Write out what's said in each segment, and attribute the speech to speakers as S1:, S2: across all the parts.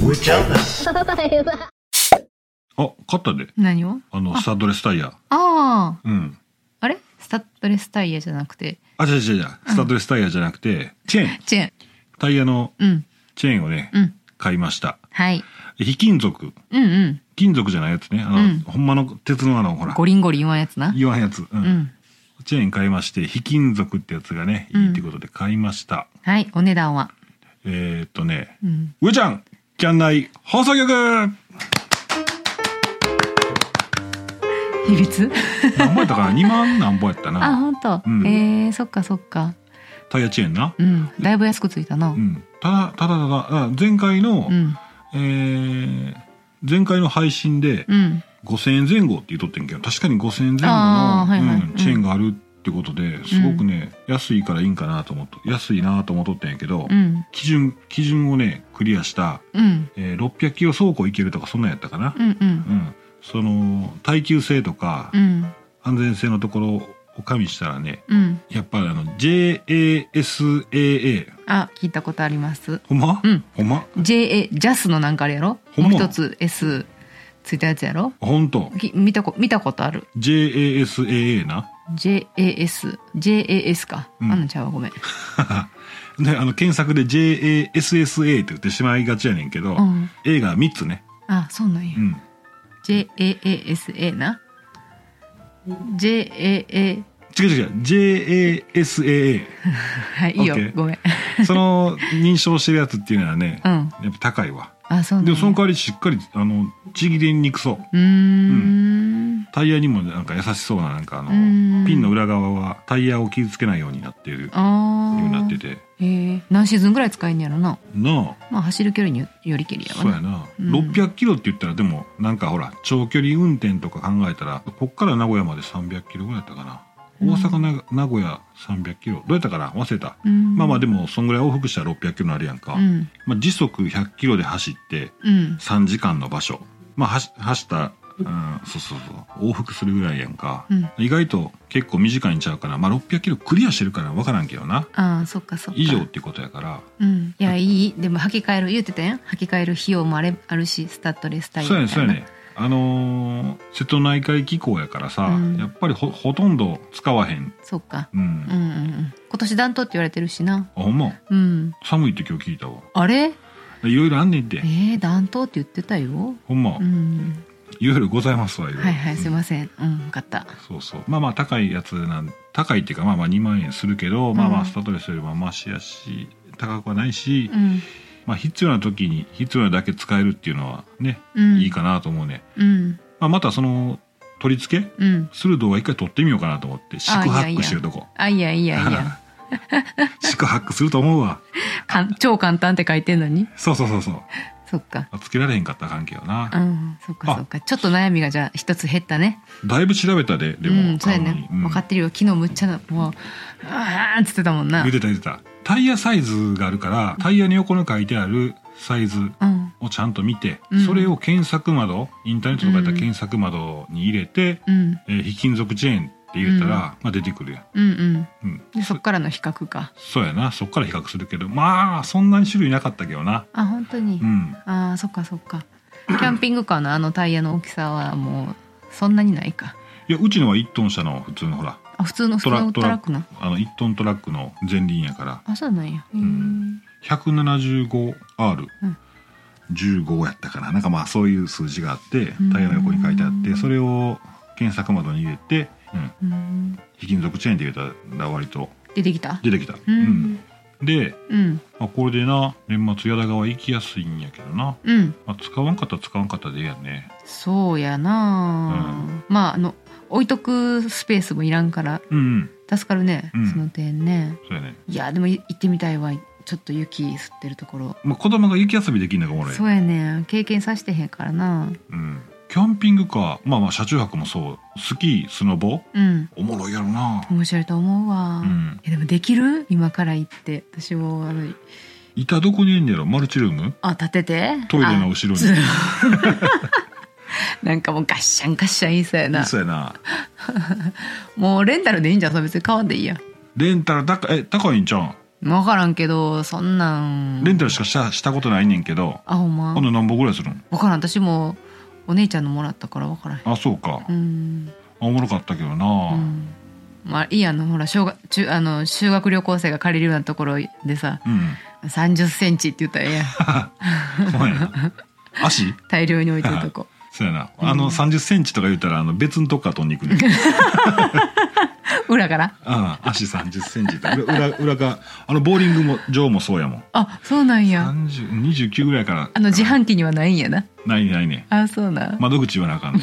S1: 燃えちゃうな。
S2: あ、勝ったで。
S3: 何を
S2: あの、
S3: あ
S2: スタッドレスタイヤ。
S3: ああ
S2: うん。
S3: あれスタッドレスタイヤじゃなくて
S2: あ、違う違う違う。スタッドレスタイヤじゃなくて、チェーン。
S3: チェーン
S2: タイヤの
S3: うん
S2: チェーンをね、
S3: うん
S2: 買いました。
S3: はい
S2: 非金属。
S3: うんうん
S2: 金属じゃないやつね。あの、
S3: うん
S2: ほんまの鉄のあの、ほら。
S3: ゴリンゴリンはやつな
S2: 言わんやつ。う。
S3: うんん
S2: チェーン買いまして、非金属ってやつがね、いいってことで買いました。
S3: はいお値段は
S2: えー、っとね、
S3: うん
S2: 上ちゃん、キャン内放送 局
S3: 秘密
S2: 何本やったかな2万何本やった
S3: あ
S2: な。
S3: 本当、
S2: うん
S3: えー、そっかそっか
S2: タイヤチェーンな。
S3: うんだいぶ安くついたな
S2: う、ん。ただ、ただただ、あ前回の、
S3: うん
S2: えー、前回の配信で、
S3: うん
S2: 5000円前後って言っとってんけど確かに5000円前
S3: あ
S2: 後
S3: ーはい
S2: の
S3: はい
S2: うんチェーンがあるってことですごくね、安いからいいんかなと思って安いなと思っとったんやけど、
S3: うん
S2: 基準基準をねクリアした、
S3: うん
S2: えー600キロ走行いけるとかそんなんやったかな、
S3: うんうん
S2: うんその耐久性とか、
S3: うん
S2: 安全性のところを加味したらね
S3: うん
S2: やっぱりあの JASAA
S3: あ聞いたことあります
S2: ほんま、
S3: うん
S2: ほんま
S3: JA ジャスのなんかあれやろ
S2: ほん
S3: も
S2: ま
S3: う一つ S ついたやつやろ
S2: ほんと
S3: き見たこ見たことある
S2: JASAA な
S3: JASJAS か、
S2: うん
S3: あんなんちゃうわごめん
S2: であの検索で JASSA って言ってしまいがちやねんけど、
S3: うん、
S2: A が3つね、
S3: あそうなんや、
S2: うん
S3: JAASA な JAA
S2: 違う違う JASAA
S3: はいいいよ、
S2: OK
S3: ごめん
S2: そ の認証してるやつっていうのはね、
S3: うん
S2: やっぱ高いわ
S3: あそうなん
S2: で
S3: や
S2: もその代わりしっかりあのちぎれにくそう
S3: うーん
S2: タイヤにもなんか優しそうななんかあの
S3: うん
S2: ピンの裏側はタイヤを傷つけないようになっているよう
S3: ああ
S2: になってて
S3: えー、何シーズンぐらい使えんねやろな
S2: なあ
S3: まあ走る距離によりけりやわ
S2: そうやな、
S3: うん
S2: 600キロって言ったらでもなんかほら長距離運転とか考えたらこっから名古屋まで300キロぐらいだったかな
S3: うん
S2: 大阪な名古屋300キロどうやったかな忘れた、
S3: うん
S2: まあまあで
S3: も
S2: もそんぐらい往復したら600キロになるやんか、
S3: うん
S2: まあ、時速100キロで走って
S3: うん
S2: 3時間の場所、まあ、はし走った、うん、そうそうそう往復するぐらいやんか、
S3: うん
S2: 意外と結構短いんちゃうかな、まあ、600キロクリアしてるから分からんけどな
S3: ああそっかそっか
S2: 以上っていうことやから
S3: うん、いやいいでも履き替える言うてたやん履き替える費用もあれあるしスタッドレスタイヤ
S2: そうやね
S3: みた
S2: そう
S3: い
S2: や
S3: な
S2: ねあのー瀬戸内海機構やからさ、
S3: うん
S2: やっぱりほほとんど使わへん
S3: そっか
S2: うん、
S3: うん
S2: あ
S3: うんうん今年暖冬って言われてるしな
S2: ほんま
S3: うん
S2: 寒いって今日聞いたわ
S3: あれ
S2: いろいろあんねんって
S3: えー、暖冬って言ってたよ
S2: ほんま
S3: うん
S2: いろいろございますわいろいろ
S3: はいはいすい
S2: うん
S3: ませんうん分かった
S2: そうそうまあまあ高いやつなん高いっていうかまあまあ2万円するけど、まあま
S3: う
S2: あ
S3: ん
S2: スタッドレスよりもマシやし高くはないし、
S3: うん
S2: まあ必要な時に必要なだけ使えるっていうのはね、
S3: うん
S2: いいかなと思うね、
S3: うん
S2: まあ、またその取り付け
S3: うん
S2: する動画一回撮ってみようかなと思って四苦八
S3: いやい
S2: 苦
S3: や
S2: してるとこ
S3: あいやいや いや
S2: 四苦八苦すると思うわ
S3: かん超簡単って書いてんのに
S2: そうそうそうそう
S3: そっか
S2: あつけられへんかったらあかんけどな
S3: う、んそっかそっかちょっと悩みがじゃあ一つ減ったね
S2: だいぶ調べたででも、
S3: うんそうや
S2: 買うのに
S3: ね、
S2: うん
S3: 分かってるよ昨日むっちゃなもうああっつってたもんな
S2: 言ってた言ってたタイヤサイズがあるからタイヤに横に書いてあるサイズ
S3: うん
S2: をちゃんと見て、
S3: うん
S2: それを検索窓インターネットとかやったら検索窓に入れて、
S3: うん
S2: えー非金属チェーンって入れたら、まあ、出てくるやん、
S3: うんうん
S2: うん、
S3: でそっからの比較か
S2: そうやなそっから比較するけどまあそんなに種類なかったけどな
S3: あ本当に、
S2: うん
S3: あーそっかそっかキャンピングカーのあのタイヤの大きさはもうそんなにないか
S2: いやうちのは1トン車の普通のほら
S3: あ普通の普
S2: ト
S3: 通
S2: ラ
S3: の
S2: ト
S3: ト
S2: ラ
S3: ラックな
S2: あの1トントラックの前輪やから
S3: あそうなんや、へー
S2: ん 175R15
S3: うん
S2: やったかななんかまあそういう数字があって
S3: うん
S2: タイヤの横に書いてあってそれを検索窓に入れて、うん、
S3: うん
S2: 非金属チェーンで入れたら割と
S3: 出てきた
S2: 出てきた、
S3: う
S2: うん
S3: ん
S2: で、
S3: うん
S2: まあ、これでな年末矢田川行きやすいんやけどな、
S3: うん
S2: まあ、使わんかったら使わんかったでええやんね
S3: そうやなあ、まああの置いとくスペースもいらんから
S2: うんうん
S3: 助かるね、
S2: うん
S3: その点ね
S2: そうやね、
S3: いやでもい行ってみたいわちょっと雪吸ってるところ
S2: まあ、子供が雪遊びできんのがおもろい
S3: そうやね経験させてへんからな
S2: うん、キャンピングカーまあまあ車中泊もそうスキースノボ
S3: うん
S2: おもろいやろな
S3: 面白いと思うわ、
S2: うん
S3: えでもできる今から行って私もあの
S2: 板どこにいんねやろマルチルーム
S3: あ立てて
S2: トイレの後ろに
S3: あそう なんかもうガッシャンガッシャン言いそうやな
S2: そうやな
S3: もうレンタルでいいんじゃんそれ別に買わんでいいや
S2: レンタル高え高いんちゃうん
S3: 分からんけどそんなん
S2: レンタルしかしたしたことないねんけど
S3: あほんま
S2: ほんな何本ぐらいするん
S3: 分からん私もお姉ちゃんのもらったから分からへん
S2: あそうか、
S3: うん
S2: おもろかったけどな、
S3: うんまあいいやのほら小学中あの修学旅行生が借りるようなところでさ
S2: うん。
S3: 3 0ンチって言ったらええ やん
S2: そうやな。足
S3: 大量に置いてるとこ
S2: そうやな。あの、30センチとか言ったら、あの、別のとこから飛んでいくね。
S3: 裏から
S2: ああ、足30センチって。裏、裏裏が、あの、ボーリングも、場もそうやもん。
S3: あそうなんや
S2: 30、29ぐらいから。
S3: あの自販機にはないんやな
S2: ないねないね。
S3: あそうなん
S2: 窓口はなあかんね。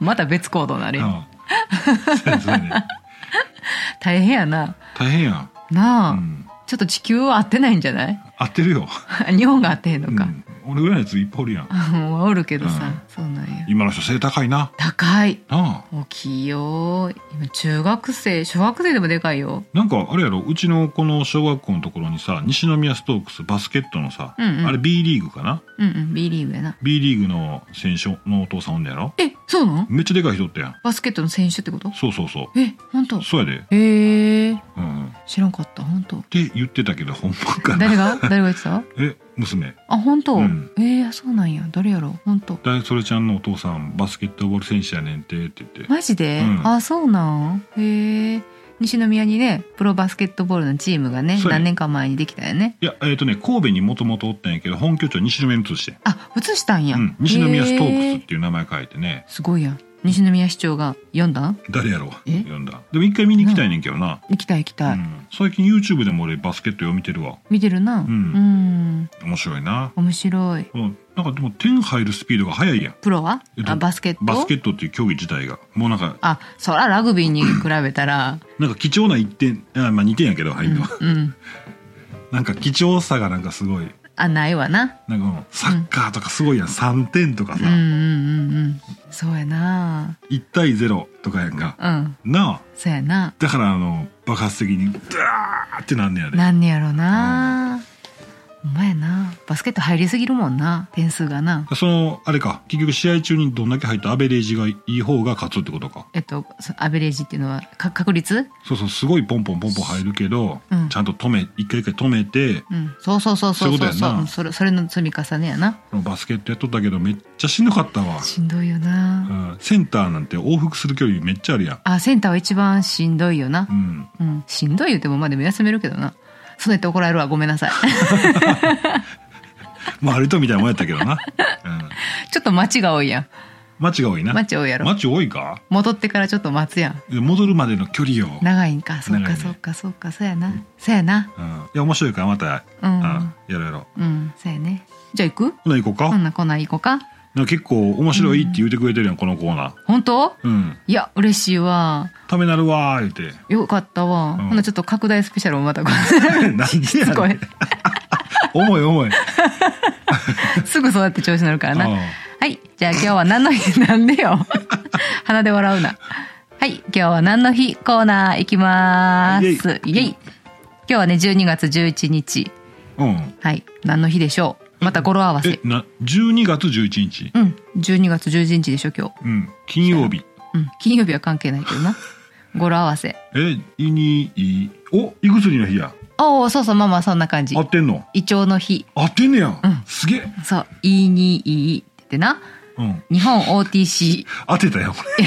S3: また別行動なれ
S2: ああそうやそうやね。
S3: 大変やな
S2: 大変やん。
S3: なあ、
S2: うん。
S3: ちょっと地球は合ってないんじゃない
S2: 合ってるよ。
S3: 日本が合ってへんの
S2: う
S3: か、
S2: ん俺ぐらいのやついっぱいおるやん。
S3: うん、おるけど
S2: う
S3: さ
S2: ん、
S3: そうなんや
S2: 今の人背高いな。
S3: 高い
S2: なあ。
S3: 大きいよ今中学生小学生でもでかいよ
S2: なんかあれやろうちのこの小学校のところにさ西宮ストークスバスケットのさ、
S3: うんうん
S2: あれ B リーグかな
S3: うんうん B リーグやな
S2: B リーグの選手のお父さんおんねやろ
S3: えそうなん
S2: めっちゃでかい人おったやん
S3: バスケットの選手ってこと
S2: そうそうそ
S3: え本当
S2: うそうやで
S3: へえ
S2: うんっ
S3: 知らんかった本当
S2: て言ってたけど本番かな
S3: 誰が誰が言ってた
S2: え娘
S3: あ本当、
S2: うん
S3: えー、そうなんや誰やろ本当
S2: だいそれちゃんのお父さんバスケットボール選手やねんてって言って
S3: マジで、
S2: うん
S3: あそうなんへえ西宮にねプロバスケットボールのチームがね
S2: そうや
S3: 何年か前にできたよね
S2: いやえっ、とね神戸にもともとおったんやけど本拠地は西宮に移して、
S3: あ移したんや、
S2: うん、西宮ストー
S3: へ
S2: クスっていう名前書いてね
S3: すごいやん西宮市長が読んだん
S2: 誰やろう
S3: え
S2: 読んだでも一回見に行きたいねんけどな、
S3: 行きたい行きたい、
S2: うん、最近 YouTube でも俺バスケットよう見てるわ、
S3: 見てるなうん
S2: 面白いな、
S3: 面白い
S2: うん、なんかでも点入るスピードが速いやん
S3: プロは
S2: えっと
S3: あバスケット
S2: バスケットっていう競技自体がもうなんか
S3: あそらラグビーに比べたら
S2: なんか貴重な1点あまあ2点やけど入るのは、
S3: うん、うん、
S2: なんか貴重さがなんかすごい
S3: あないわな
S2: なんかもうサッカーとかすごいやん、3点とか
S3: うん
S2: さ、
S3: うんうんうんそうやな
S2: 1対0とかやんか、
S3: うん
S2: なあ
S3: そうやな
S2: だからあの爆発的にドラーってなんねやで
S3: なんねやろなほんまやなバスケット入りすぎるもんな点数がな
S2: そのあれか結局試合中にどんだけ入ったアベレージがいい方が勝つってことか
S3: えっとそアベレージっていうのはか確率
S2: そうそうすごいポンポンポンポン入るけど、
S3: うん
S2: ちゃんと止め一回一回止めて
S3: うんそうそうそう
S2: そ
S3: そうそう
S2: ういうことやな
S3: うんそれそれの積み重ねやな
S2: バスケットやっとったけどめっちゃしんどかったわ、
S3: しんどいよな、
S2: うん、センターなんて往復する距離めっちゃあるやん
S3: あセンターは一番しんどいよな
S2: うん、
S3: うん、しんどい言うてもまあでも休めるけどなそうやって怒られるわごめんなさい
S2: まあ、あるとみたいなもんやったけど な。うん。
S3: ちょっと待ちが多いやん
S2: 街が多いな。
S3: 待ち多いやろ
S2: 街多いか
S3: 戻ってからちょっと待つやん
S2: 戻るまでの距離を。
S3: 長いんかそう
S2: 長いね
S3: かそうかそうかそうやなそうやな
S2: うん。いや、面白いから、また、
S3: うん
S2: やろうやろう。
S3: うんそうやねじゃあ行く
S2: ほな、行こうか。
S3: こんなこんなん行こうか
S2: なんか結構面白いって言うてくれてるやん、このコーナー。
S3: 本当
S2: うん。
S3: いや嬉しいわ
S2: ためなるわー、言うて。
S3: よかった
S2: う
S3: わ、
S2: ん
S3: ほなちょっと拡大スペシャルもまた
S2: なんでや
S3: すご
S2: ね
S3: い
S2: ん。重い重い。
S3: すぐそうやって調子乗るからな
S2: うん
S3: はいじゃあ今日は何の日なんでよ 鼻で笑うなはい今日は何の日コーナー行きます
S2: イ
S3: イ
S2: エ
S3: エ
S2: イ
S3: イ今日はね12月11日
S2: うん。
S3: はい何の日でしょうまた語呂合わ
S2: え
S3: せ、
S2: な、12月11日。
S3: うん12月11日でしょ今日
S2: うん。金曜日。
S3: うん、金曜日は関係ないけ どな語呂合わせ
S2: え、いに、い、お、胃薬の日や。
S3: おおそうそうまあまあそんな感じ
S2: 合ってんの
S3: 胃腸の日
S2: 合ってんねや。
S3: うん
S2: すげえ。
S3: そう「いいにいい」って言ってな
S2: うん。
S3: 日本 OTC
S2: 当てたよ、これ。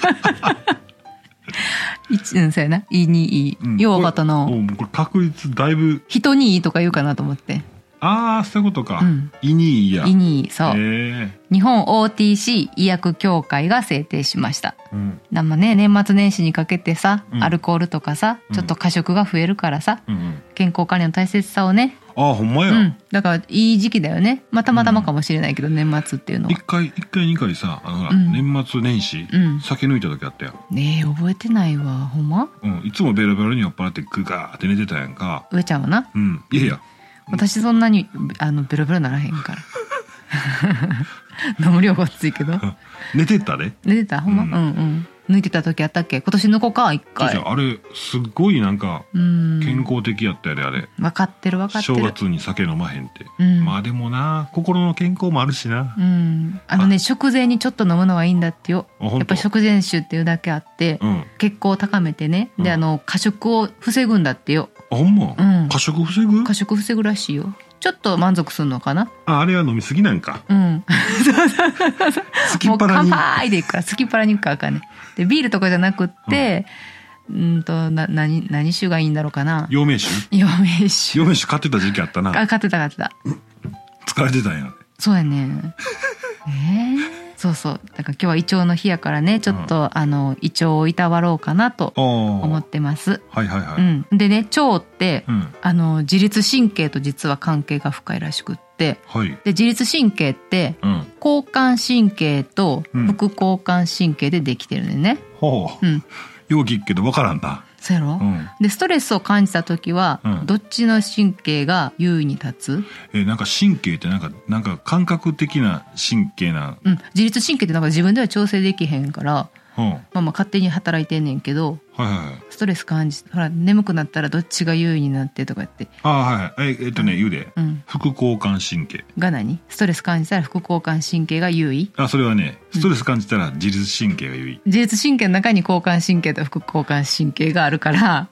S3: 一うんそうやな「いいにいい」
S2: うん
S3: よう分かった
S2: これ
S3: の
S2: おもうこれ確率だいぶ
S3: 「人にいい」とか言うかなと思って
S2: ああそういうことか、
S3: うん
S2: 胃にいい
S3: 「
S2: や
S3: いいにいい」そう、
S2: へ
S3: 日本 OTC 医薬協会が制定しました
S2: えうん
S3: なまね年末年始にかけてさ、
S2: うん
S3: アルコールとかさ
S2: うん
S3: ちょっと過食が増えるからさ、
S2: うんうん
S3: 健康管理の大切さをね、
S2: ああほんま
S3: う
S2: や、
S3: ん、だからいい時期だよねまあたまたまかもしれないけど、年末っていうのは
S2: 一回一回二回さあのほら、
S3: うん
S2: 年末年始、
S3: うん
S2: 酒抜いた時あったやん、
S3: ねえ覚えてないわほんま
S2: うん、いつもベロベロに酔っ払ってグガーって寝てたやんか
S3: 上ちゃんはな
S2: うんいやいや
S3: 私そんなにあのベロベロならへんから 飲む量ごっついけど
S2: 寝てたで
S3: 寝てたほんま、
S2: うん
S3: うんうん抜いてた時あったっけ今年抜こうか一
S2: ちょいち
S3: 回
S2: ょいあれすっごいなんか
S3: うん
S2: 健康的やったやであれ、
S3: 分かってる分かって
S2: 正
S3: る
S2: 月に酒飲まへんって、
S3: うん
S2: まあでもな心の健康もあるしな
S3: う、ん、あのね食前にちょっと飲むのはいいんだってよ
S2: あ
S3: や
S2: 本
S3: っぱ
S2: 当
S3: り食前酒っていうだけあって、
S2: うんあ
S3: 血行を高めてね、
S2: うん
S3: であの過食を防ぐんだってよ、
S2: ほんま、
S3: うん、
S2: 過食防ぐ
S3: 過食防ぐらしいよちょっと満足するのかな
S2: ああれは飲みすぎなんか
S3: うん
S2: 好き
S3: も
S2: っ
S3: う
S2: ぱら
S3: 乾
S2: に
S3: 杯でいくから好きっ腹にいくからあかんねでビールとかじゃなくって、うん、とな何何酒がいいんだろうかな
S2: 陽明酒
S3: 陽明酒
S2: 陽明酒買ってた時期あったな
S3: あ買ってた買ってた
S2: 疲れてたんや
S3: そうやね ねえそうそうだから今日は胃腸の日やからねちょっと、あの胃腸をいたわろうかなと
S2: ああ
S3: 思
S2: は
S3: ってます、
S2: いはいは
S3: う
S2: い、
S3: ん、でね腸って、
S2: うん
S3: あの自律神経と実は関係が深いらしくって
S2: はい
S3: で自律神経って
S2: うん
S3: 交感神経と
S2: うん
S3: 副交感神経でできてるのよね、
S2: ほう、
S3: うん
S2: よう聞くけどわからんな
S3: そうやろ、
S2: うん
S3: でストレスを感じた時は、
S2: うん
S3: どっちの神経が優位に立つ、
S2: えーなんか神経ってなんかなんか感覚的な神経な
S3: うん、自律神経ってなんか自分では調整できへんから、
S2: うんはい
S3: まあ、まあ勝手に働いてんねんけど
S2: はいはい
S3: ストレス感じほら眠くなったらどっちが優位になってとかって、
S2: あーはいはいええっとね言うで
S3: うん、
S2: 副交感神経
S3: が何ストレス感じたら副交感神経が優位
S2: あそれはね
S3: うん
S2: ストレス感じたら自律神経が優位、
S3: 自律神経の中に交感神経と副交感神経があるから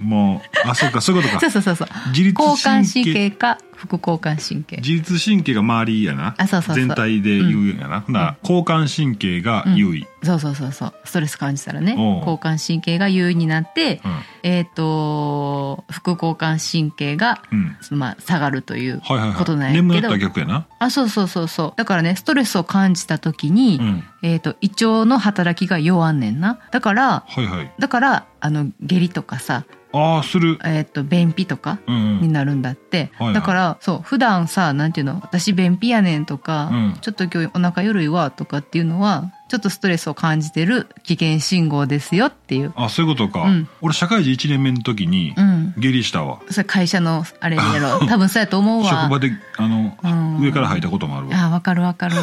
S2: もうあそうかそういうこと
S3: そ
S2: か
S3: うそうそうそう
S2: 自律
S3: 交感神
S2: 神経
S3: 経か副交感神経
S2: 自律神経が周りやな
S3: あそうそうそう
S2: 全体で言うんやな、ほんなら交感神経が優位、
S3: そうそうそうそうストレス感じたらね
S2: おう
S3: 交感神経が優位になって
S2: うん
S3: えっ、と副交感神経が
S2: うん
S3: まあ下がるという
S2: はいはい
S3: ことな
S2: は
S3: ん
S2: い
S3: やけど
S2: 眠なったら逆やな、
S3: あそうそうそうそうだからねストレスを感じた時に、
S2: うん、
S3: えっ、と胃腸の働きが弱んねんなだから
S2: はいはい
S3: だからあの下痢とかさ
S2: ああする
S3: えっ、と便秘とか
S2: うんう
S3: に
S2: ん
S3: なるんだって、
S2: はいはい
S3: だからそう普段さなんていうの私便秘やねんとか、
S2: うん
S3: ちょっと今日お腹ゆるいわとかっていうのはちょっとストレスを感じてる危険信号ですよっていう、
S2: あそういうことか、
S3: うん
S2: 俺社会人1年目の時に
S3: うん、
S2: 下痢したわ、
S3: それ会社のあれや ろ多分そうやと思うわ
S2: 職場であの、
S3: うん
S2: 上から吐いたこともあるわ
S3: あわかるわかる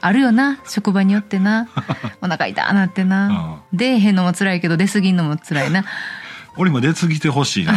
S3: あるよな職場によっ てなお腹痛ーなってな
S2: ああ
S3: 出えへんのも辛いけど出過ぎんのも辛いな
S2: 俺今出過ぎてほしいな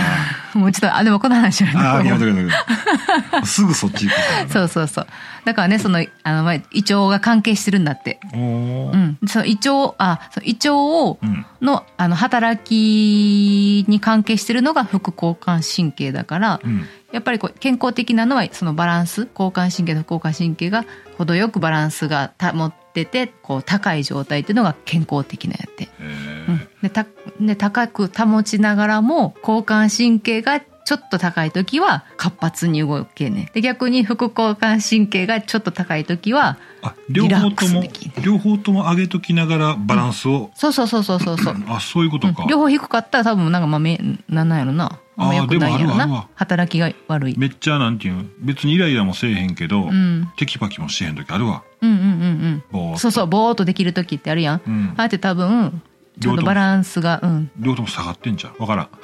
S3: もうちょっとあでもこの話はね
S2: ああやめとけやめと けすぐそっち行くからな
S3: そうそうそうだからねそのあのまあ胃腸が関係してるんだって
S2: おお
S3: う
S2: ー
S3: ん、その胃腸あその胃腸を
S2: うん
S3: のあの働きに関係してるのが副交感神経だから
S2: うん
S3: やっぱりこう健康的なのはそのバランス交感神経と副交感神経が程よくバランスが保っててこう高い状態っていうのが健康的なんやって、
S2: へー
S3: うん、でたで高く保ちながらも交感神経がちょっと高い時は活発に動けんねんで逆に副交感神経がちょっと高い時は
S2: あ両方とも
S3: リラックスできる
S2: 両方とも上げときながらバランスを、
S3: そうそうそうそうそうそう
S2: あそういうことか、
S3: うん両方低かったら多分なんかまあめなんなんやろなあんま
S2: あー
S3: 良くないんやろ
S2: でもあるわある
S3: な
S2: わ
S3: 働きが悪い、
S2: めっちゃなんていうの別にイライラもせえへんけど、
S3: うん、うん
S2: テキパキもしてへん時あるわ
S3: うんうん
S2: ぼーっ
S3: うん
S2: と
S3: そうそうぼーっとできる時ってあるやん、
S2: うん
S3: あえて多分ちょうどバランスがうん
S2: 両方とも下がってんじゃんわからん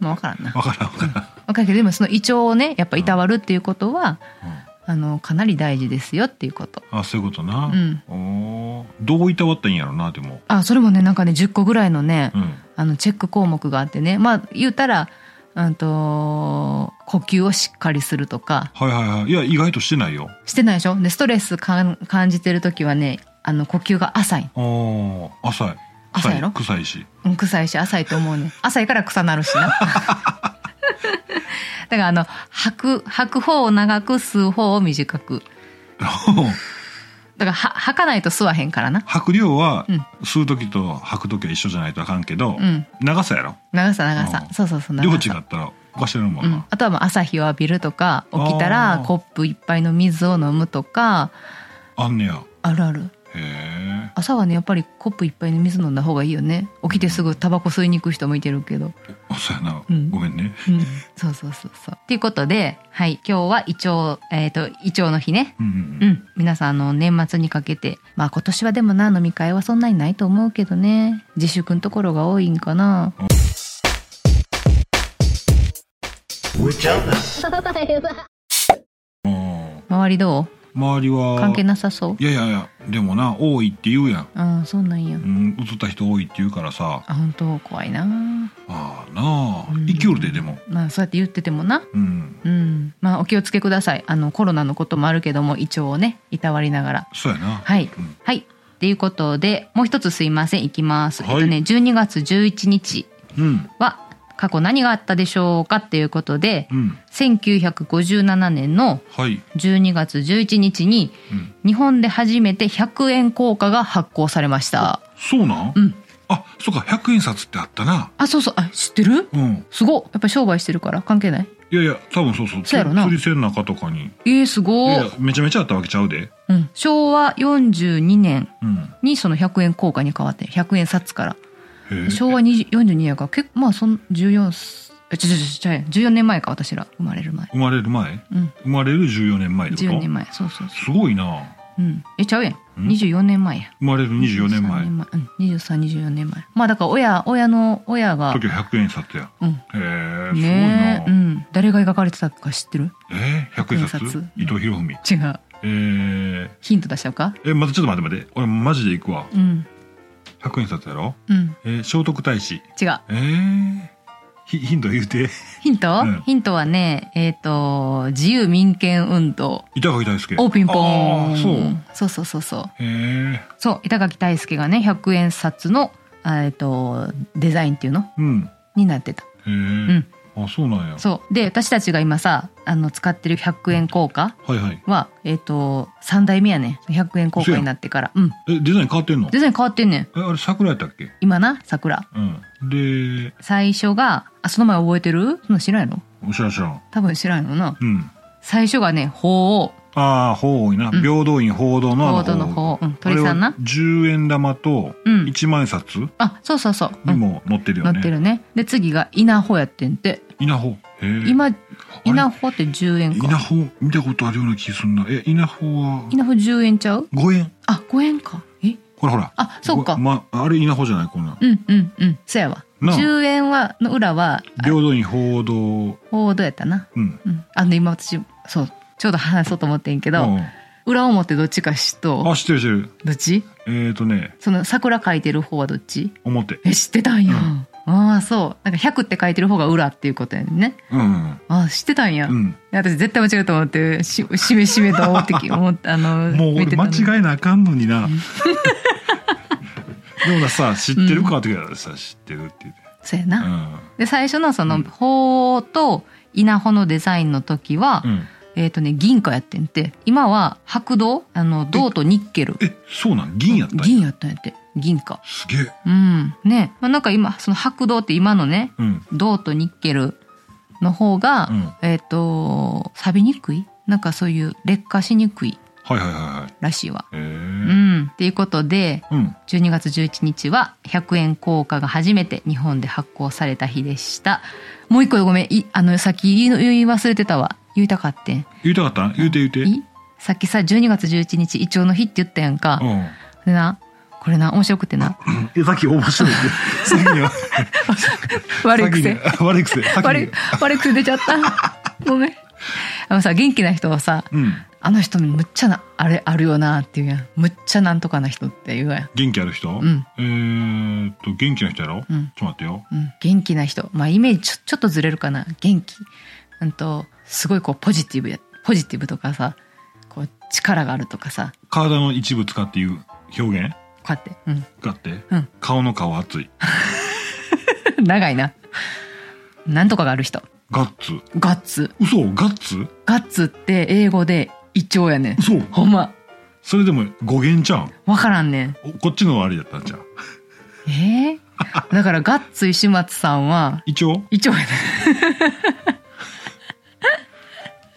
S3: まあ分からんな
S2: わからんわか
S3: 分かるけどでもその胃腸をねやっぱいたわるっていうことは、
S2: らん、うん
S3: あのかなり大事ですよっていうこと
S2: あそういうことな、
S3: うん
S2: おーどういたわったんやろなでも
S3: あそれもねなんかね10個ぐらいのね、
S2: うん
S3: あのチェック項目があってねまあ言うたらうんと呼吸をしっかりするとか
S2: はいはいはいいや意外としてないよ
S3: してないでしょでストレスかん感じてる時はねあの呼吸が浅い
S2: おー浅い
S3: 浅いやろ
S2: 臭いし
S3: うん臭いし浅いと思うね浅いから臭なるしなだからあの吐く吐く方を長く吸う方を短くだからは吐かないと吸わへんからな
S2: 吐く量は、
S3: うん
S2: 吸う時と吐く時は一緒じゃないとあかんけど、
S3: うん
S2: 長さやろ
S3: 長さ長さ
S2: うん
S3: そうそうそう
S2: 量
S3: 長
S2: 違
S3: さ
S2: ったらおかしなるも
S3: うんん
S2: な、、
S3: あとはまあ朝日を浴びるとか起きた
S2: あ
S3: ら
S2: ー
S3: コップ一杯の水を飲むとか
S2: あんねや
S3: あるある
S2: へえ
S3: 朝はねやっぱりコップ一杯の水飲んだ方がいいよね起きてすぐタバコ吸いに行く人もいてるけど
S2: あそうやな、
S3: うん
S2: ごめんね
S3: うん そうそうそうそう。ということで、はい、今日は胃腸、えっ、と、胃腸の日ね。
S2: うんうん
S3: うん、皆さんあの年末にかけてまあ今年はでもな飲み会はそんなにないと思うけどね自粛のところが多いんかな
S1: おはようございます
S2: うん
S3: 周りど
S2: 周りは
S3: 関係なさそう
S2: いやいやいやでもな多いって言うやん、
S3: ああそうなんや
S2: うん、映った人多いって言うからさ
S3: あ本当怖いな
S2: ああなあ
S3: うん
S2: 生きよるででも
S3: まあそうやって言っててもな
S2: うん
S3: うんまあお気をつけくださいあのコロナのこともあるけども胃腸をねいたわりながら
S2: そうやな
S3: はい
S2: うん
S3: はいっていうことでもう一つすいませんいきます、
S2: はい
S3: えっとね12月11日
S2: うん
S3: は過去何があったでしょうかっていうことで
S2: うん
S3: 1957年の
S2: はい
S3: 12月11日に
S2: うん
S3: 日本で初めて100円硬貨が発行されました
S2: そうなん、
S3: うん
S2: あそうか100円札ってあったな
S3: あそうそうあ知ってる
S2: うん
S3: すごっやっぱ商売してるから関係ない
S2: いやいや多分そうそう
S3: そうやろな
S2: 釣り船の中とかに
S3: えー、す
S2: い
S3: ご
S2: や
S3: っ、
S2: めちゃめちゃあったわけちゃうで
S3: うん、昭和42年
S2: うん
S3: にその100円硬貨に変わって100円札から
S2: へえ
S3: 昭和20 42年から結構まあその14すえちょちょちょちょ14年前か私ら生まれる前
S2: 生まれる前
S3: うん
S2: 生まれる14年前ってこ
S3: 14
S2: と
S3: 年前そうそうそ
S2: すごいな
S3: ううんえちゃうやん
S2: ん
S3: 24年前や
S2: 生まれる24年前
S3: 23うん2324年前まあだから親親の親が
S2: 時は100円札や
S3: うん
S2: へえすごい
S3: ねえう
S2: なん
S3: 誰が描かれてたか知ってる
S2: えー、100円札
S3: 100円札
S2: 伊藤博文
S3: 違う
S2: えー、
S3: ヒント出しちゃうか
S2: えまたちょっと待って待って俺マジで行くわ
S3: うん
S2: 100円札やろ
S3: うん
S2: えー、聖徳太子
S3: 違う
S2: えー、ひヒント言うて
S3: ヒント、
S2: うん
S3: ヒントはねえっ、と自由民権運動
S2: 板垣大輔
S3: オーピンポ
S2: あ
S3: ーン
S2: ーそう
S3: そうそうそうそう
S2: へえ
S3: そう板垣大輔がね100円札のあえっとデザインっていうの
S2: うん
S3: になってた
S2: へえ、
S3: ん
S2: あそうなんや
S3: そうで私たちが今さあの使ってる100円硬貨
S2: はいはい
S3: はえっ、と3代目やね100円硬貨になってからうん
S2: えデザイン変わってんの
S3: デザイン変わってんねん
S2: えあれ桜やったっけ
S3: 今な桜
S2: うんで
S3: 最初があその前覚えてるその知らんやろ
S2: 知らん知らん
S3: 多分知らんやろな
S2: うん
S3: 最初がね鳳凰
S2: ああ法多いな、
S3: うん
S2: 平等院報道のあ
S3: 報道の
S2: 法
S3: 方うん鳥さんな
S2: 10円玉と
S3: うん
S2: 1万円札に
S3: あそうそうそう、うん
S2: も載ってるよ
S3: 載って
S2: ね、
S3: るねで次が稲穂やってんて
S2: 稲穂へえ
S3: 今
S2: れ
S3: 稲穂って10円
S2: 稲
S3: か
S2: 穂見たことあるような気すんなえ稲穂は
S3: 稲穂10円ちゃう
S2: 5円
S3: あ5円かえ
S2: ほらほら
S3: あそうか
S2: ごまあれ稲穂じゃないこんなん
S3: うんうんうんそやわ
S2: なあ
S3: 10円はの裏はあ
S2: 平等院報道
S3: 報道やったな
S2: うん
S3: うんあの今私そうちょうど話そうと思ってんけど、
S2: うん
S3: 裏表どっちか知っと
S2: あ知ってる知ってる
S3: うどっち
S2: えっ、ー、とね
S3: その桜書いてる方はどっち
S2: 表
S3: え知ってたんや、
S2: う
S3: ああそうなんか100って書いてる方が裏っていうことやね
S2: うん
S3: ああ知ってたんや、
S2: う
S3: い
S2: ん、
S3: や私絶対間違うと思ってししめしめと思っ てき思ってあ
S2: う
S3: の
S2: ん、もう俺
S3: 見てた
S2: 間
S3: のに
S2: 違えなあかんのに なでもなさ知ってるかって言うからさ知ってるって言って
S3: そうやな、
S2: う
S3: で最初のそうの
S2: ん
S3: 鳳凰と稲穂のデザインの時は、
S2: ん、うん、
S3: えっ、とね銀貨やってんて今は白銅あの銅とニッケル
S2: えそうなん銀やったんや
S3: 銀やったんやって銀貨
S2: すげえ
S3: うんね、まあ、なんか今その白銅って今のね
S2: うん
S3: 銅とニッケルの方が、
S2: うん
S3: えっ、と錆びにくいなんかそういう劣化しにくい
S2: はいはいはいはい
S3: らしいわ
S2: え
S3: う
S2: ー、
S3: んっていうことで
S2: うん
S3: 12月11日は100円硬貨が初めて日本で発行された日でしたもう一個ごめんいあのさっき言い言い忘れてたわ言いたかってん
S2: 言いたかった言うて言うて
S3: いさっきさ12月11日イチョウの日って言ったやんか
S2: うん
S3: でなこれな面白く てな
S2: えさっき面白いって先には
S3: 悪い癖
S2: 先に悪い癖先に
S3: 悪い悪い癖出ちゃったごめんあのさ元気な人はさ
S2: うん
S3: あの人むっちゃなあれあるよなっていうやんむっちゃなんとかな人っていうやん
S2: 元気ある人、
S3: ん
S2: えーっと元気な人やろ、
S3: うん
S2: ちょっと待ってよ
S3: うん、元気な人まあイメージちょちょっとずれるかな元気うんとすごいこうポジティブやポジティブとかさこう力があるとかさ
S2: 体の一部使っていう表現
S3: こうやって、う
S2: があって、
S3: うん
S2: 顔の顔熱い
S3: ん、 長いななんとかがある人
S2: ガッツ
S3: ガッツ
S2: 嘘ガッツ
S3: ガッツって英語で胃腸やねん
S2: 嘘
S3: ほんま
S2: それでも語源ちゃうん
S3: わからんねん
S2: おこっちのあれやったんじゃん
S3: えー、だからガッツ石松さんは
S2: 一応
S3: 胃腸やねん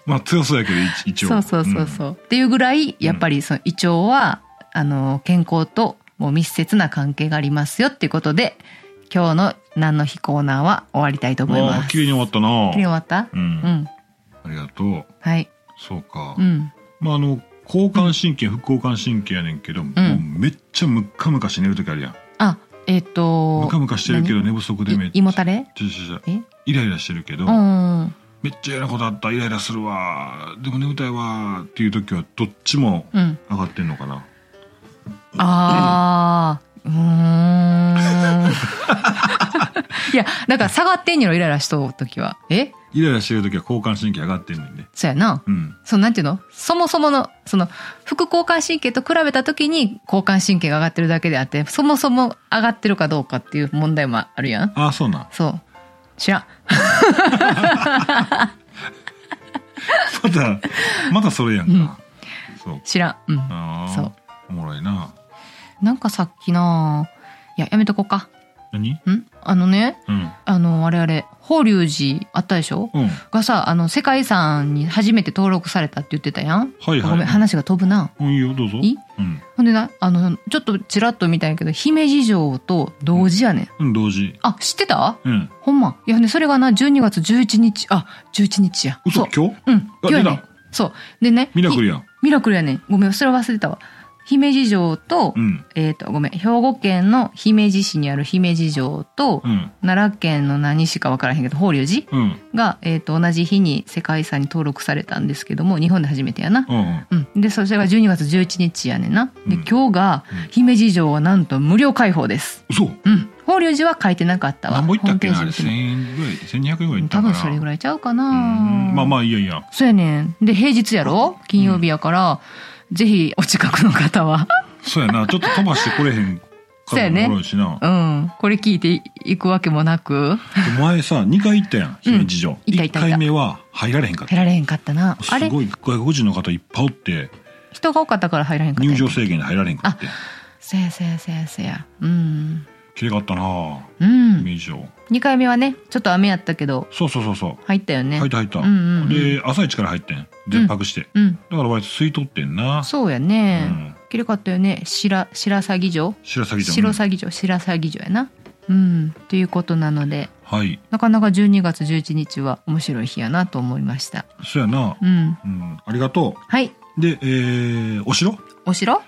S2: まあ強そうやけど一一応
S3: そうそうそうそう、っていうぐらいやっぱりその胃腸は、あの健康ともう密接な関係がありますよっていうことで今日の「何の日」コーナーは終わりたいと
S2: うん
S3: 思いま
S2: あ
S3: す。
S2: ー
S3: き
S2: 綺
S3: れ
S2: 麗に終わったない
S3: に終わった、
S2: う、
S3: うんん、
S2: ありがとう
S3: はい、
S2: そうか、
S3: うん、
S2: まああの交感神経、副交感神経やねんけど、もうめっちゃムッカムカして寝る時あるやん
S3: あえっ、と
S2: ムカムカしてるけど寝不足でめっ
S3: い胃もたれ
S2: ちゃちゃちゃ
S3: え
S2: イライラしてるけど、
S3: うん
S2: めっちゃ嫌なことあったイライラするわでも眠たいわっていう時はどっちも
S3: うん
S2: 上がってんのかな
S3: あ ーうーんいやだから下がってんやろイライラしとる時はえ
S2: イライラしてる時は交感神経上がってんねんね
S3: そうやな
S2: うん
S3: そのなんていうのそもそものその副交感神経と比べた時に交感神経が上がってるだけであってそもそも上がってるかどうかっていう問題もあるやん
S2: ああそうなん
S3: そう知らん
S2: またまたそれやんか、そう
S3: 知らんうん
S2: ああ
S3: そう
S2: おもろいな
S3: なんかさっきないややめとこうか
S2: 何
S3: んあのね
S2: うん
S3: あのあれあれ法隆寺あったでしょ
S2: うん
S3: がさあの世界遺産に初めて登録されたって言ってたやん、
S2: はいはい
S3: ごめん話が飛ぶな
S2: うんいいよどうぞ
S3: いい
S2: うん、
S3: ほんでなあのちょっとちらっと見たんやけど姫路城と同時やねん、
S2: うん、同時
S3: あ知ってた
S2: うん
S3: ほんまいやねそれがな12月11日あ11日や
S2: 嘘
S3: そう
S2: 今日
S3: うん
S2: あ
S3: 今日やね
S2: 出
S3: ん
S2: た
S3: そうでね
S2: ミラクル
S3: ひ
S2: やん
S3: ミラクルやねんごめんそれ忘れたわ姫路城と、
S2: うん
S3: えっ、とごめん兵庫県の姫路市にある姫路城と、
S2: うん
S3: 奈良県の何市か分からへんけど法隆寺
S2: うん
S3: が、えー、と同じ日に世界遺産に登録されたんですけども日本で初めてやな、
S2: うん
S3: うんでそれが12月11日やねんなで、
S2: うん
S3: 今日が
S2: うん
S3: 姫路城はなんと無料開放です
S2: 嘘
S3: うん法隆寺は書いてなかったわ
S2: 何ぼいったっけな
S3: ホ
S2: あ
S3: ー
S2: れ
S3: ムページ
S2: 1000
S3: 見
S2: 円
S3: て
S2: ぐらい1200円ぐらいい
S3: も
S2: った
S3: 多
S2: かな
S3: 分それぐらいちゃうかな
S2: うんまあまあいいやいいや
S3: そうやねんで平日やろ金曜日やから、ぜひお近くの方は
S2: そうやなちょっと飛ばしてこれへんか
S3: そうや
S2: ら
S3: ね
S2: もろいしな、
S3: うんこれ聞いていくわけもなく
S2: で前さ2回行ったやん姫路城、
S3: 行った行った行った
S2: 1回目は入られへんかった
S3: 入られへんかったなあ
S2: す
S3: れ
S2: ごい外国人の方いっぱいおって
S3: 人が多かったから入らへんかったん
S2: 入
S3: や
S2: 場制限で入られへんかって
S3: せやせやせやせやうん
S2: 綺麗かったな
S3: うん
S2: 姫路城
S3: 2回目はねちょっと雨やったけど
S2: そうそうそうそう
S3: 入ったよね
S2: 入った入った、
S3: うんうんうん
S2: で朝一から入ってん全泊して、
S3: うん
S2: だから割と吸い取ってんな
S3: そうや
S2: う
S3: ね、
S2: ん
S3: きれかったよね白白鷺城
S2: 白鷺城
S3: 白鷺城白鷺城やなうんということなので
S2: はい
S3: なかなか12月11日は面白い日やなと思いました
S2: そうやな
S3: うん
S2: うんありがと
S3: はいう
S2: でえー、お城
S3: お城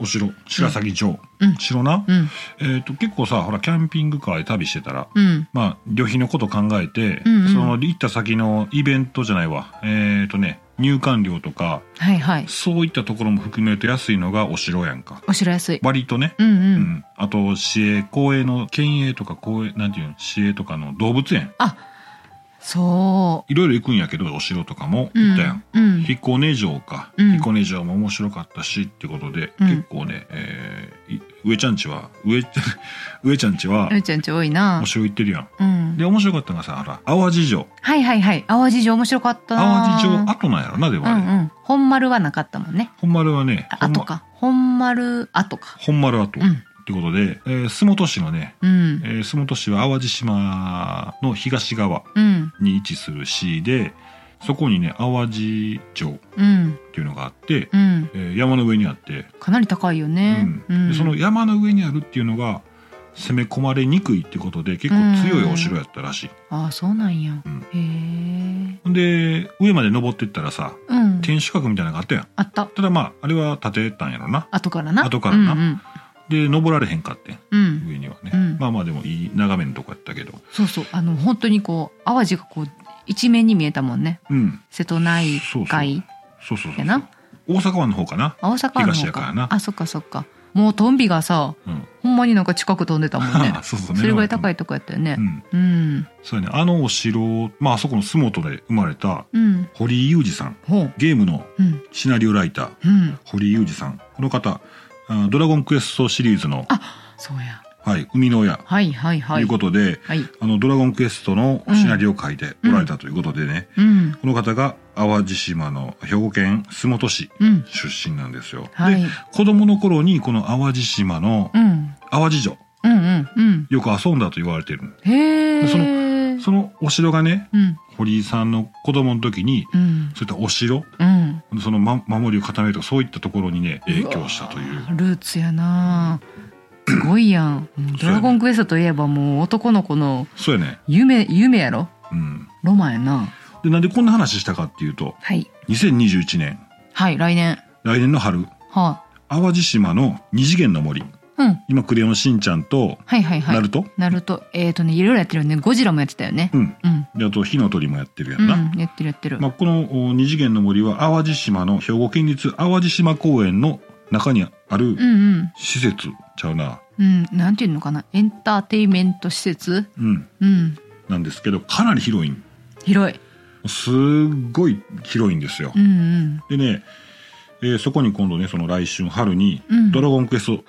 S2: お城白鷺城、
S3: うん
S2: 城な、
S3: うん
S2: えっ、と結構さほらキャンピングカーで旅してたら
S3: うん
S2: まあ旅費のこと考えて、
S3: うんうん
S2: その行った先のイベントじゃないわえっ、とね入館料とか
S3: はいはい
S2: そういったところも含めると安いのがお城やんか。
S3: お城安い
S2: 割とね。
S3: うんうん、
S2: うん。あと、市営、公営の、県営とか公営、なんていうの、市営とかの動物園。
S3: そ
S2: いろいろ行くんやけど、お城とかも
S3: うう
S2: 行ったやん。
S3: うん
S2: 彦根城か。
S3: うん
S2: 彦根城も面白かったしってことで、
S3: うん
S2: 結構ね、えーい上ちゃんちは、上、 上ちゃんちは
S3: う、んちゃんち多いな
S2: お城行ってるやん。
S3: うん
S2: で、面白かったのがさ、あら、淡路城。
S3: はいはいはい淡路城面白かったな
S2: 淡路城後なんやろな、でもあれ。
S3: うんうん本丸はなかったもんね
S2: 本丸はね、
S3: あとか本丸あとか
S2: 本丸後。
S3: う
S2: っ
S3: ん
S2: てことで、えー洲本市のね、
S3: うん
S2: えー洲本市は淡路島の東側
S3: うん
S2: に位置する市でそこにね淡路城っ
S3: うん
S2: ていうのがあって、
S3: うん
S2: えー山の上にあって、
S3: かなり高いよね、
S2: う
S3: うんん
S2: でその山の上にあるっていうのが攻め込まれにくいってことで結構強いお城やったらしい。
S3: ああそうなんや、
S2: うん
S3: へえ
S2: で上まで登ってったらさ
S3: うん
S2: 天守閣みたいなのがあったやん。
S3: あった
S2: ただまああれは建てたんやろな。
S3: 後からな
S2: 後からな
S3: うん
S2: で登られへんかってん
S3: うん、うん
S2: 上にはね、
S3: うん
S2: まあまあでもいい眺めのとこやったけど。
S3: そうそうあの本当にこう淡路がこう一面に見えたもんね
S2: うん。
S3: 瀬戸内
S2: そうそう
S3: 海
S2: そうそうそうそ
S3: や
S2: う。
S3: な
S2: 大阪湾の方かな。
S3: あ大阪の
S2: 東
S3: 方
S2: やから
S3: か
S2: な
S3: あそっかそっかもうトンビがさ
S2: うん。
S3: ほんまになんか近く飛んでたもんね
S2: そうそう。
S3: それぐらい高
S2: い。
S3: いとこやったよね
S2: うん。
S3: うん
S2: そうやね、あのお城、まあ、あそこの洲本で生まれた
S3: うん
S2: 堀井雄二さん
S3: ほう
S2: ゲームの
S3: うん
S2: シナリオライター
S3: うん
S2: 堀井雄二さんこの方あドラゴンクエストシリーズの
S3: あそうや
S2: 「はい、生みの親」
S3: はいはいは
S2: と
S3: い
S2: いうことで
S3: はい
S2: あのドラゴンクエストのシナリオを書いておられたということでね、
S3: うん
S2: この方が淡路島の兵庫県洲本市
S3: うん
S2: 出身なんですよ。
S3: はい
S2: で子供の頃にこの淡路島の
S3: うん
S2: 淡路城
S3: うんうんうん
S2: よく遊んだと言われてる
S3: へえ
S2: そそのお城がね
S3: うん
S2: 堀井さんの子供の時に
S3: うん
S2: そういったお城
S3: うん
S2: その、ま、守りを固めるとかそういったところにね影響したという
S3: わあルーツやなすごいやんうんドラゴンクエストといえばもう男の子の
S2: そうやね
S3: 夢夢やろ
S2: うん
S3: ロマンやな
S2: でなんでこんな話したかっていうと
S3: はい
S2: 2021年
S3: はい来年
S2: 来年の春
S3: は
S2: 淡路島の二次元の森
S3: いうん。
S2: 今クレヨンしんちゃんと
S3: はいはいはい。
S2: ナルト、
S3: ナルト。えっ、とね、いろいろやってるよね。ゴジラもやってたよね。
S2: うん
S3: うん。
S2: であと火の鳥もやってるや
S3: うん
S2: な、
S3: ん、やってるやってる。
S2: まあ、このお二次元の森は淡路島の兵庫県立淡路島公園の中にある
S3: うんうん。
S2: 施設ちゃうな、
S3: うん。なんていうのかな。エンターテイメント施設
S2: うん、
S3: うん。
S2: なんですけどかなり広いん
S3: 広い。
S2: すっごい広いんですよ
S3: う、ん
S2: でね、えーそこに今度ねその来春春に
S3: う
S2: 「
S3: ん
S2: ドラゴンクエスト」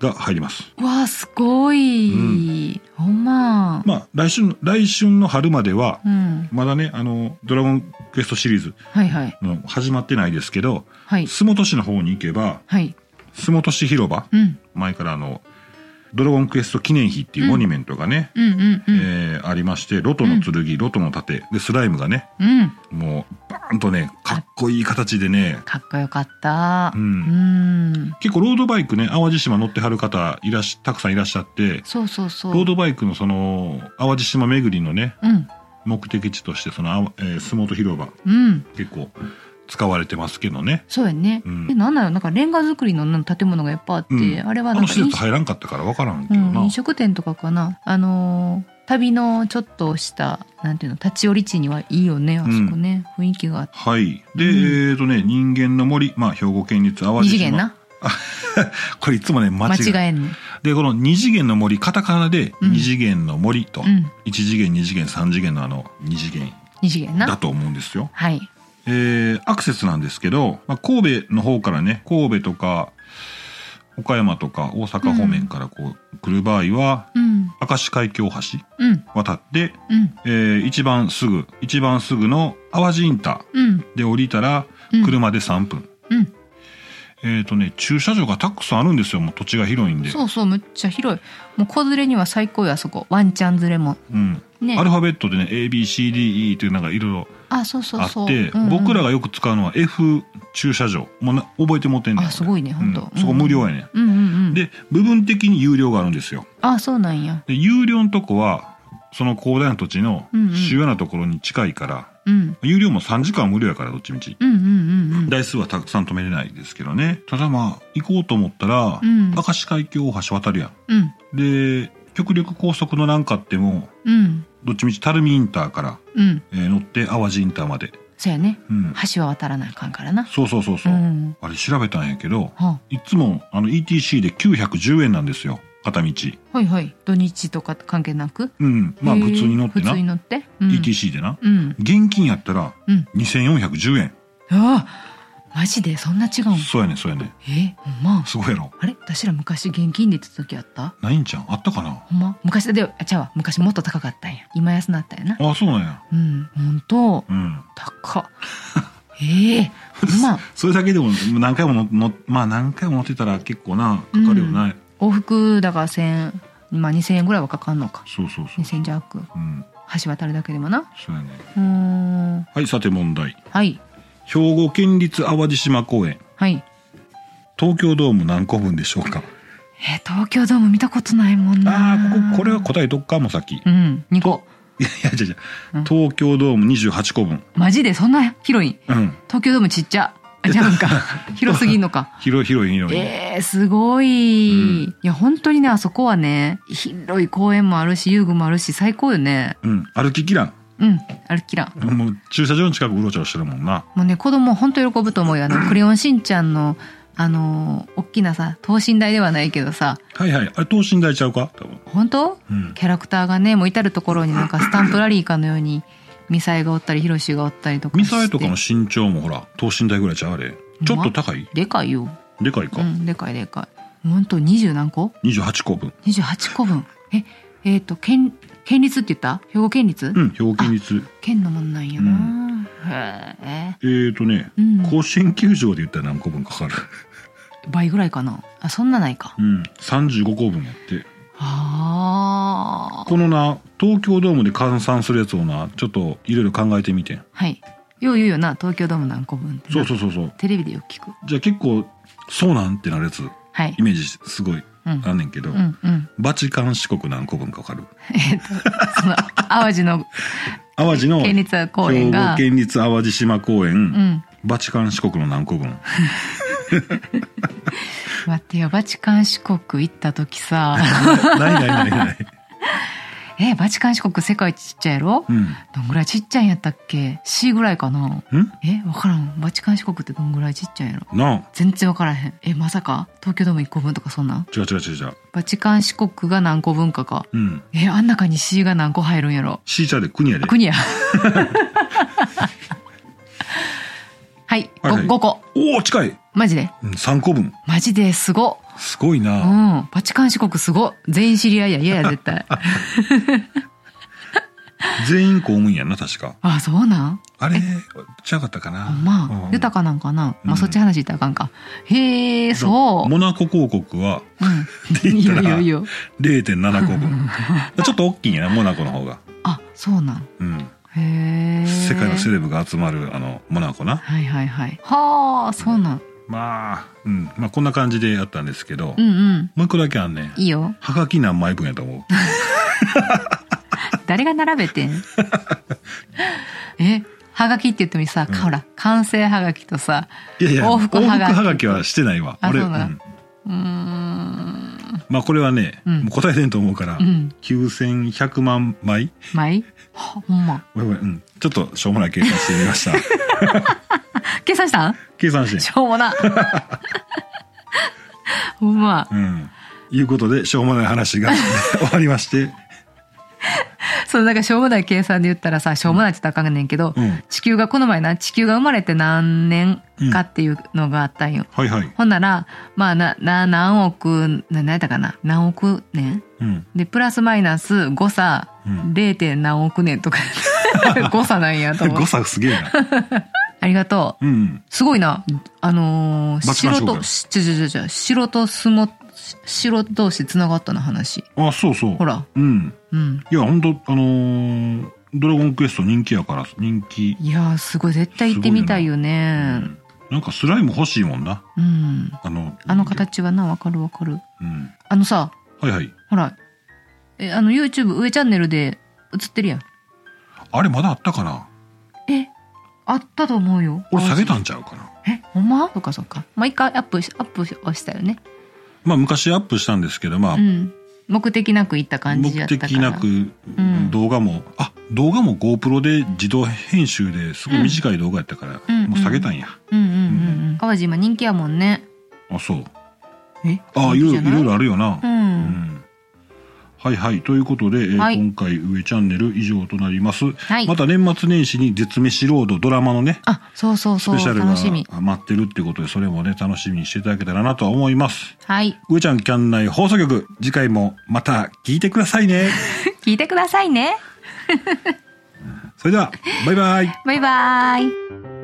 S2: が入ります、
S3: うん。わあ、すごい。ほんま。
S2: まあ来春来春の春までは
S3: うん。
S2: まだねあの「ドラゴンクエスト」シリーズ
S3: はいはい。
S2: の始まってないですけど
S3: はい。
S2: 洲本市の方に行けば
S3: はい。
S2: 洲本市広場
S3: うん。
S2: 前からあの「ドラゴンクエスト記念碑」っていうモニュメントがね、
S3: うんうんうん。
S2: えーありましてロトの剣、ロトの盾でスライムがね
S3: うん。
S2: もうバーンとねかっこいい形でね
S3: かっこよかった。
S2: う
S3: うんん。
S2: 結構ロードバイクね淡路島乗ってはる方いらしたくさんいらっしゃって
S3: そうそうそう。
S2: ロードバイクのその淡路島巡りのね
S3: うん。
S2: 目的地としてその、あわえー、洲本広場
S3: うん。
S2: 結構使われてますけどね
S3: そうやね。
S2: うん
S3: え、なんだろう、なんかレンガ造りのなんか建物がいっぱいあって、
S2: うん
S3: あれは
S2: あ
S3: なん
S2: の
S3: か
S2: 施
S3: 飲
S2: 設
S3: 食,、
S2: 入らんかったから分からんけ
S3: う
S2: ど
S3: ん、
S2: な、
S3: 飲食店とかかな。あのー旅のちょっとした、なんていうの、立ち寄り地にはいいよね、あそこね。雰囲気があって。
S2: はいで、
S3: うん
S2: えっ、とね人間の森まあ兵庫県立淡路島
S3: 二次元な。
S2: これいつもね間
S3: 間
S2: 違い
S3: 違えんね。
S2: でこの二次元の森カタカナで
S3: うん
S2: 二次元の森と、
S3: うん。
S2: 一次元二次元三次元のあの二次元
S3: 二次元
S2: だ
S3: な。
S2: と思うんですよ。
S3: はい。
S2: えー、アクセスなんですけど、まあ、神戸の方からね神戸とか岡山とか大阪方面からこう来る場合は、
S3: うん。
S2: 明石海峡大橋
S3: うん。
S2: 渡って、
S3: うん。
S2: えー一番すぐ一番すぐの淡路インタ
S3: うん。
S2: ーで降りたら
S3: うん
S2: 車で3分、
S3: うん。
S2: えっ、とね駐車場がたくさんあるんですよもう土地が広いんで
S3: そうそう、むっちゃ広い。もう子連れには最高よ、あそこ。ワンちゃん連れも。
S2: うん、
S3: ね
S2: ア。ルファベットでね ABCDE というなんかいろいろ
S3: あ、そうそ
S2: あ
S3: う
S2: って
S3: そう。うんうん
S2: 僕らがよく使うのは F 駐車場もうな覚えて持ってんねん
S3: あ、すごいね、本当。
S2: うんそこ無料やね、
S3: うんうんうん。
S2: ん、で部分的に有料があるんですよ
S3: あ、そうなんや。
S2: で有料のとこはその広大な土地の
S3: うんうん
S2: 主要なところに近いから、
S3: うん。
S2: 有料も3時間は無料やからどっちみち
S3: うんうんうんうん。
S2: 台数はたくさん止めれないですけどねただまあ行こうと思ったら、
S3: うん
S2: 明石海峡大橋渡るや
S3: うん。
S2: んで極力高速のなんかっても
S3: うん。
S2: どっちみち垂水インターから、
S3: うん。
S2: えー乗って淡路インターまで、
S3: そうやね。
S2: うん、
S3: 橋は渡らなあかんからな。
S2: そうそうそう
S3: う
S2: そう、
S3: ん。
S2: あれ調べたんやけど、
S3: はい
S2: つもあの ETC で910円なんですよ、片道。
S3: はいはい。土日とか関係なく。
S2: うん。まあ
S3: へえ
S2: 普通に乗って
S3: 普
S2: な
S3: 通に、乗って。うん。
S2: ETC でな。
S3: うん。
S2: 現金やったら
S3: うん。
S2: 2410円。
S3: ああ。マジでそんな違うん。
S2: そうやねんそうやねん。
S3: え、ほんま。
S2: すごいやろ。
S3: あれ、私ら昔現金で言った時あった。
S2: ないんちゃんあったかな
S3: ほんま。昔で、あ、ちゃうわ。昔もっと高かったんや。今安なったんやな。
S2: ああ、そうなんや。
S3: うん。本当。
S2: うん。
S3: 高っ。ええ。ほんま。
S2: それだけでも何回も乗乗まあ何回も乗ってたら結構な、かかるよな。
S3: 往復だから千。まあ二千円ぐらいはかかんのか。
S2: そうそうそう
S3: 二。千弱。
S2: うん。
S3: 橋渡るだけでもな。
S2: そうやね。
S3: うーん。
S2: はい、さて問題。
S3: はい。
S2: 兵庫県立淡路島公園。
S3: はい。
S2: 東京ドーム何個分でしょうか
S3: えー東京ドーム見たことないもんな。
S2: ああ、ここ、これは。答えどっかもうさっき。
S3: うん。二個。
S2: いやいや、じゃじ
S3: う
S2: ゃ
S3: ん
S2: 東京ドーム28個分。
S3: マジでそんな広いん
S2: うん。
S3: 東京ドームちっちゃ。あ違 うんか。広すぎんのか。
S2: 広い広い広い。
S3: えー、すごい、いや、本当にね、あそこはね、広い公園もあるし、遊具もあるし、最高よね。
S2: うん。歩ききらん。
S3: うん。歩きらん。
S2: もう駐車場の近くうろちょろしてるもんな。
S3: もうね、子供本当喜ぶと思うよ。あ の、クレヨンしんちゃんの、あのー、大きなさ、等身大ではないけどさ、
S2: はいはい。あれ、等身大ちゃうか多分。
S3: 本当
S2: うん。
S3: キャラクターがねもう至る所になんかスタンプラリーかのようにミサイがおったりヒロシがおったりとか
S2: ミ
S3: して
S2: サイとかの身長もほら、等身大ぐらいちゃうあれ。ちょっと高い
S3: でかいよ、
S2: でかいか
S3: う。ん、でかいでかいほんと20何個
S2: 28個分。
S3: 28個分ええっ、と県県立って言った兵庫県立、
S2: うん。兵庫県立。
S3: 県のもんなんやな、
S2: う
S3: へ
S2: えーとね、
S3: うん
S2: 甲子園球場で言ったら何個分かかる
S3: え倍ぐらいかなあそんなないか
S2: うん。35個分やって。
S3: あー
S2: このな、東京ドームで換算するやつをな、ちょっといろいろ考えてみてん。
S3: はいよう言うよな東京ドーム何個分ってな
S2: そうそうそうそう。
S3: テレビでよく聞く
S2: じゃあ結構、そうなんってなるやつ、
S3: はい
S2: イメージすごい
S3: うん
S2: あんねんけど、
S3: うんうん
S2: バチカン四国何個分かかる
S3: えっ、とその淡路の
S2: 淡路の
S3: 県
S2: 兵庫
S3: 立公園が
S2: 県立淡路島公園、
S3: うん
S2: バチカン四国の何個分
S3: 待ってよバチカン四国行った時さ
S2: ないないないない。
S3: えバチカン四国世界一ちっちゃいやろ
S2: うん。
S3: どんぐらいちっちゃいんやったっけ C ぐらいかなんえ分からんバチカン四国ってどんぐらいちっちゃいんやろ
S2: なあ。
S3: 全然分からへんえまさか東京ドーム1個分とかそんなん
S2: 違う違う違う違う。
S3: バチカン四国が何個分かか
S2: うん。
S3: えあん中に C が何個入るんやろ
S2: シーチャーで国やで
S3: あ。国やはい、
S2: はいはい
S3: 5, 個
S2: おお近い。
S3: マジで
S2: うん、3個分。
S3: マジですご
S2: すごいうな。
S3: んバチカン四国すご全員知り合いや嫌や絶対あ
S2: 全員公務員やんな、確か。
S3: そうなん
S2: あれ、ちゃうかったかな。
S3: ほんまあ
S2: うん
S3: 豊かなんかな、ま
S2: う
S3: あ、
S2: ん
S3: そっち話したらあかんかへえそう
S2: モナコ公国は
S3: うん、
S2: 言
S3: い
S2: ったら
S3: やいやいや
S2: 0.7個分。 ちょっと大きいんやな、モナコの方が。
S3: あそうなん
S2: うん。
S3: へえ
S2: 世界のセレブが集まる、あの、モナコな。
S3: はいはいはいはあそうなん
S2: まあ、うん。まあ、こんな感じでやったんですけど、
S3: うんうん
S2: もう一個だけあんねん。
S3: いいよ
S2: はがき何枚分やと 思う。
S3: 誰が並べてん えはがきって言ってもさ、
S2: うん
S3: ほら完成はがきとさ
S2: いやいや、
S3: 往
S2: 往
S3: 復
S2: 復
S3: は
S2: は
S3: がき
S2: がきはしてないわ。
S3: あ
S2: 俺、
S3: そうなの
S2: うん
S3: うーん
S2: まあこれはね、
S3: うん
S2: もう答えれんと思うから、
S3: うん
S2: 9100万枚
S3: 舞はほんま
S2: ごめんごめんうんちょっとしょうもない計算してみました
S3: 計算したん
S2: 計算して
S3: しょ うもなほんま
S2: うんいうことでしょうもない話 が終わりまして
S3: そのなんかしょうもない計算で言ったらさしょうもないって言ったらあかんねんけど、
S2: うん
S3: 地球がこの前な地球が生まれて何年かっていうのがあったんよ、
S2: はいはい、
S3: ほんならまあなな何億な何やったかな何億年
S2: うん
S3: でプラスマイナス誤差
S2: うん
S3: 0. 点何億年 とか誤差なんやと思う
S2: 誤差すげえな
S3: ありがとう
S2: うん
S3: すごいなあのー、
S2: バチカン
S3: 白
S2: 将軍
S3: としちょちょちょちょ白と相撲し白同士つながったの話
S2: あそうそう
S3: ほら
S2: うん
S3: うん
S2: いや本当あのードラゴンクエスト」人気やから人気、
S3: いやーすごい絶対行ってみたいよ
S2: う
S3: ね
S2: んなんかスライム欲しいもんな
S3: うん
S2: あの
S3: あの、形はなわかるわかる
S2: うん、
S3: あのさ
S2: はいはい
S3: ほらえあの YouTube 上チャンネルで映ってるやん
S2: あれまだあったかな
S3: えあったと思うよ
S2: 俺下げた
S3: ん
S2: んちゃうかな
S3: えほんまそっかそっか毎回アップしアップをしたよね
S2: まあ昔アップしたんですけどまあ、
S3: うん目的なくいった感
S2: 目
S3: じやったから
S2: 的なく
S3: ん
S2: 動画も、あ動画も GoPro で自動編集ですごい短い動画やったから、
S3: うん
S2: もう下げたんや、
S3: うんうんうんうん淡路今人気やもんね
S2: あそう
S3: え
S2: あいろいろいろい
S3: ろ
S2: ろあるよな
S3: う、
S2: うん
S3: ん
S2: はいはいということで、えー
S3: はい
S2: 今回「上チャンネル」以上となります、
S3: はい
S2: また年末年始に「絶滅ロード」ドラマのね
S3: あそうそう
S2: ス
S3: そう
S2: ペシャル
S3: 楽しみ
S2: が待ってるってことでそれもね楽しみにしていただけたらなとは思います
S3: はい
S2: 上ちゃんキャン内放送局次回もまた聞いてください ね
S3: 聞いてくださいね
S2: それではバイバイ
S3: バイバイ